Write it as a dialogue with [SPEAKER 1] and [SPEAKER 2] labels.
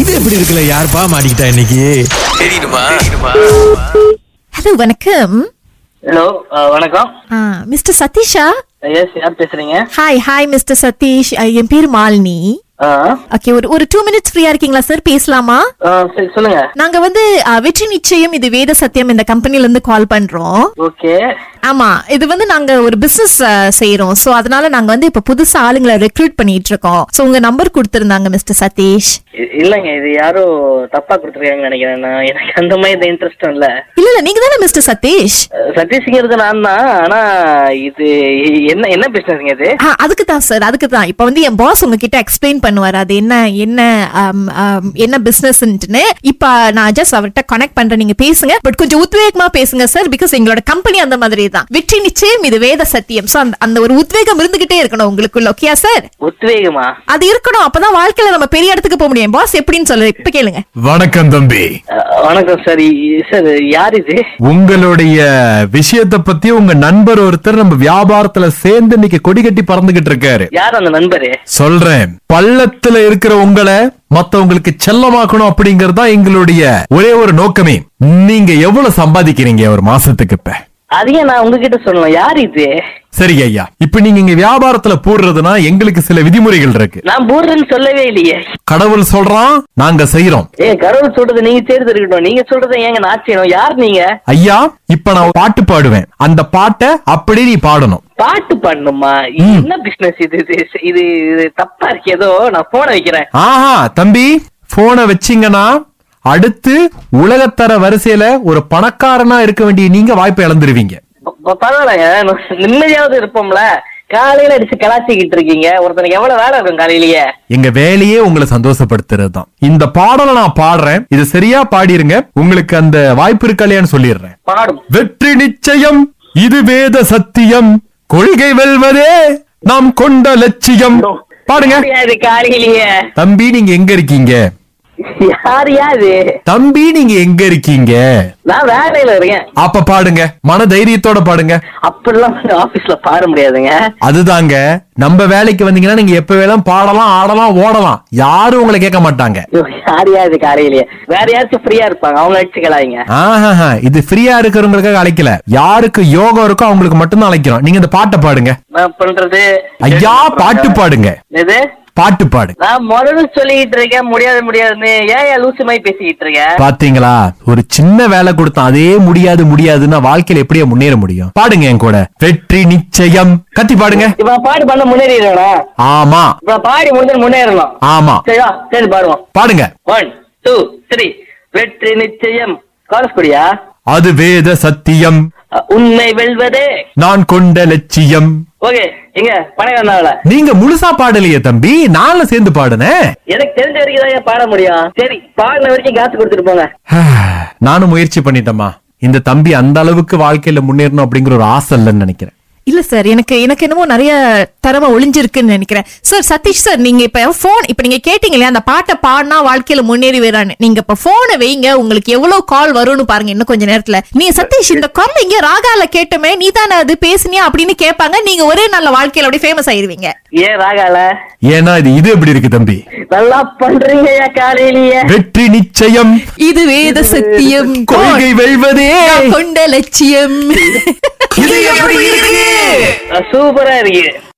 [SPEAKER 1] இது எப்படி இருக்குல்ல யாருப்பா மாட்டிக்கிட்டா இன்னைக்கு
[SPEAKER 2] ஹலோ வணக்கம்
[SPEAKER 3] ஹலோ uh, வணக்கம்
[SPEAKER 2] மிஸ்டர் சதீஷா
[SPEAKER 3] எஸ் யார் பேசுறீங்க
[SPEAKER 2] ஹாய் ஹாய் மிஸ்டர் சதீஷ் அஹ், என் பேர் மாலினி
[SPEAKER 3] ஆஹ்,
[SPEAKER 2] ஓகே ஒரு ஒரு டூ மினிட்ஸ் ஃப்ரீயா இருக்கீங்களா சார் பேசலாமா
[SPEAKER 3] ஆஹ், சரி, சொல்லுங்க
[SPEAKER 2] நாங்க வந்து அஹ், வெற்றி நிச்சயம் இது வேத சத்தியம் இந்த கம்பெனில இருந்து கால் பண்றோம்
[SPEAKER 3] ஓகே
[SPEAKER 2] ஆமா இது வந்து நாங்க ஒரு பிசினஸ் செய்யறோம் சோ அதனால நாங்க வந்து இப்ப புதுசா ஆளுங்களை ரெக்ரூட் பண்ணிட்டு இருக்கோம் சோ உங்க நம்பர் கொடுத்திருந்தாங்க மிஸ்டர் சதீஷ்
[SPEAKER 3] இ- இல்லைங்க இது யாரோ தப்பா கொடுத்துருக்காங்கன்னு நினைக்கிறேன் நான் எனக்கு அந்த மாதிரி இந்த இன்ட்ரெஸ்டும் இல்ல
[SPEAKER 2] இல்ல இல்ல நீங்க தானே மிஸ்டர் சதீஷ்
[SPEAKER 3] அஹ், சதீஷ்ங்கிறது நான் தான் ஆனா இது என்ன என்ன பிசினஸ்ங்க இது
[SPEAKER 2] ஆ, அதுக்கு தான் சார் அதுக்கு தான் இப்போ வந்து என் பாஸ் உங்ககிட்ட எக்ஸ்பிளைன் பண்ணுவார் அது என்ன என்ன ஆம், ஆம், என்ன பிசினஸ்ன்ட்டுன்னு இப்போ நான் ஜஸ்ட் அவர்கிட்ட கனெக்ட் பண்றேன் நீங்க பேசுங்க பட் கொஞ்சம் உத்வேகமா பேசுங்க சார் பிகாஸ் எங்களோட கம்பெனி அந்த மாதிரி தான் வெற்றி நிச்சயம் இது வேத சத்தியம் ஸோ அந்த அந்த ஒரு உத்வேகம் இருந்துகிட்டே இருக்கணும் உங்களுக்குள்ள ஓகேயா சார்
[SPEAKER 3] உத்வேகமா
[SPEAKER 2] அது இருக்கணும் அப்பதான் வாழ்க்கையில நம்ம பெரிய இடத்துக்கு போக முடியும் பாஸ் எப்படின்னு சொல்லு இப்ப கேளுங்க
[SPEAKER 1] வணக்கம் தம்பி
[SPEAKER 3] அஹ், வணக்கம் சார் இ- சார் யார் இது
[SPEAKER 1] உங்களுடைய விஷயத்தை பத்தி உங்க நண்பர் ஒருத்தர் நம்ம வியாபாரத்துல சேர்ந்து இன்னைக்கு கொடி கட்டி பறந்துகிட்டு இருக்காரு
[SPEAKER 3] யார் அந்த நண்பரு
[SPEAKER 1] சொல்றேன் பள்ளத்துல இருக்கிற உங்களை மத்தவங்களுக்கு செல்லமாக்கணும் அப்படிங்கறது தான் எங்களுடைய ஒரே ஒரு நோக்கமே நீங்க எவ்வளவு சம்பாதிக்கிறீங்க ஒரு மாசத்துக்கு இப்ப
[SPEAKER 3] அதையே நான் உங்ககிட்ட சொல்லணும் யார் இது
[SPEAKER 1] சரி ஐயா இப்ப நீங்க இங்க வியாபாரத்துல போடுறதுனா எங்களுக்கு சில விதிமுறைகள் இருக்கு
[SPEAKER 3] நான் போடுறேன்னு சொல்லவே இல்லையே
[SPEAKER 1] கடவுள் சொல்றான் நாங்க செய்யறோம்
[SPEAKER 3] ஏ கடவுள் சொல்றது நீங்க தேர்ந்து இருக்கட்டும் நீங்க சொல்றதை ஏங்க நான் செய்யணும் யார் நீங்க
[SPEAKER 1] ஐயா இப்ப நான் பாட்டு பாடுவேன் அந்த பாட்டை அப்படியே நீ பாடணும்
[SPEAKER 3] பாட்டு பாடணுமா இது என்ன பிசினஸ் இது இது இது இது தப்பா இருக்கு ஏதோ நான் போன வைக்கிறேன்
[SPEAKER 1] ஆஹா தம்பி போனை வச்சீங்கன்னா அடுத்து உலகத்தர வரிசையில ஒரு பணக்காரனா இருக்க வேண்டிய நீங்க வாய்ப்பை இழந்துருவீங்க
[SPEAKER 3] ப- ப- பரவாயில்லைங்க நு- நிம்மதியாவது இருப்போம்ல காலையில அடிச்சு கலாச்சிக்கிட்டு இருக்கீங்க ஒருத்தனுக்கு எவ்வளவு வேலை இருக்கும் காலையிலயே
[SPEAKER 1] எங்க வேலையே உங்களை சந்தோஷப்படுத்துறது தான் இந்த பாடலை நான் பாடுறேன் இது சரியா பாடிருங்க உங்களுக்கு அந்த வாய்ப்பு இருக்கா இல்லையான்னு சொல்லிடுறேன்
[SPEAKER 3] பாடும்
[SPEAKER 1] வெற்றி நிச்சயம் இது வேத சத்தியம் கொள்கை வெல்வதே நாம் கொண்ட லட்சியம் பாடுங்க
[SPEAKER 3] முடியாது காலையிலயே
[SPEAKER 1] தம்பி நீங்க எங்க இருக்கீங்க
[SPEAKER 3] யாரையா இது
[SPEAKER 1] தம்பி நீங்க எங்க இருக்கீங்க
[SPEAKER 3] நான் வேலையில இருக்கேன்
[SPEAKER 1] அப்ப பாடுங்க மன தைரியத்தோட பாடுங்க
[SPEAKER 3] அப்படிலாம் ஆபீஸ்ல பாட முடியாதுங்க
[SPEAKER 1] அதுதாங்க நம்ம வேலைக்கு வந்தீங்கன்னா நீங்க எப்ப வேணாலும் பாடலாம் ஆடலாம் ஓடலாம் யாரும் உங்களை கேட்க மாட்டாங்க
[SPEAKER 3] ஐயோ, யாரையா இது காலையிலயே வேற யாராச்சும் ஃப்ரீயா இருப்பாங்க அவங்க அடிச்சுக்கலாங்க
[SPEAKER 1] ஆஹா இது ஃப்ரீயா இருக்கிறவங்களுக்காக அழைக்கல யாருக்கு யோகம் இருக்கோ அவங்களுக்கு மட்டும்தான் அழைக்கிறோம் நீங்க இந்த பாட்டை பாடுங்க
[SPEAKER 3] நான் பண்றது
[SPEAKER 1] ஐயா பாட்டு பாடுங்க
[SPEAKER 3] எது
[SPEAKER 1] பாட்டு பாடுங்க
[SPEAKER 3] நான் முதல்ல சொல்லிக்கிட்டு இருக்கேன் முடியாது முடியாதுன்னு ஏன் ஏன் லூசு மாதிரி பேசிக்கிட்டு இருக்க
[SPEAKER 1] பாத்தீங்களா ஒரு சின்ன வேலை கொடுத்தா அதே முடியாது முடியாதுன்னா வாழ்க்கையில எப்படியே முன்னேற முடியும் பாடுங்க என் கூட வெற்றி நிச்சயம் கத்தி பாடுங்க
[SPEAKER 3] இப்ப நான் பாட்டு பண்ண முன்னேறிடணும்
[SPEAKER 1] ஆமா
[SPEAKER 3] இப்ப நான் பாடி முடிஞ்சு முன்னேறணும்
[SPEAKER 1] ஆமா
[SPEAKER 3] சரியா சரி பாடுவோம்
[SPEAKER 1] பாடுங்க
[SPEAKER 3] ஒன் டூ த்ரீ வெற்றி நிச்சயம் காலஸ்
[SPEAKER 1] அது வேத சத்தியம்
[SPEAKER 3] உண்மை வெல்வதே
[SPEAKER 1] நான் கொண்ட லட்சியம்
[SPEAKER 3] ஓகே எங்க பணம் வந்தாவில
[SPEAKER 1] நீங்க முழுசா பாடலையே தம்பி நானும் சேர்ந்து பாடுனேன்
[SPEAKER 3] எனக்கு தெரிஞ்ச வரைக்கும் தான் ஏன் பாட முடியும் சரி பாடின வரைக்கும் காசு கொடுத்துட்டு போங்க
[SPEAKER 1] நானும் முயற்சி பண்ணிட்டேம்மா இந்த தம்பி அந்த அளவுக்கு வாழ்க்கையில முன்னேறணும் அப்படிங்கிற ஒரு ஆசை இல்லைன்னு நினைக்கிறேன்
[SPEAKER 2] இல்ல சார் எனக்கு எனக்கு என்னமோ நிறைய தரமா ஒளிஞ்சிருக்குன்னு நினைக்கிறேன் சார் சதீஷ் சார் நீங்க இப்ப போன் இப்ப நீங்க கேட்டீங்க இல்லையா அந்த பாட்டை பாடினா வாழ்க்கையில முன்னேறி வரான்னு நீங்க இப்ப போனை வைங்க உங்களுக்கு எவ்வளவு கால் வரும்னு பாருங்க இன்னும் கொஞ்ச நேரத்துல நீ சதீஷ் இந்த கால் இங்க ராகால கேட்டோமே நீ தானே அது பேசுனியா அப்படின்னு கேட்பாங்க நீங்க ஒரே நல்ல வாழ்க்கையில அப்படியே ஃபேமஸ் ஆயிருவீங்க
[SPEAKER 3] ஏன் ராகால
[SPEAKER 1] ஏன்னா இது இது எப்படி இருக்கு தம்பி
[SPEAKER 3] நல்லா பண்றீங்க ஏன் காலையிலயே
[SPEAKER 1] வெற்றி நிச்சயம்
[SPEAKER 2] இது வேத சத்தியம்
[SPEAKER 1] கொள்கை வெல்வதே
[SPEAKER 2] கொண்ட லட்சியம்
[SPEAKER 1] இது எப்படி இருக்கு
[SPEAKER 3] சூப்பரா இருக்கு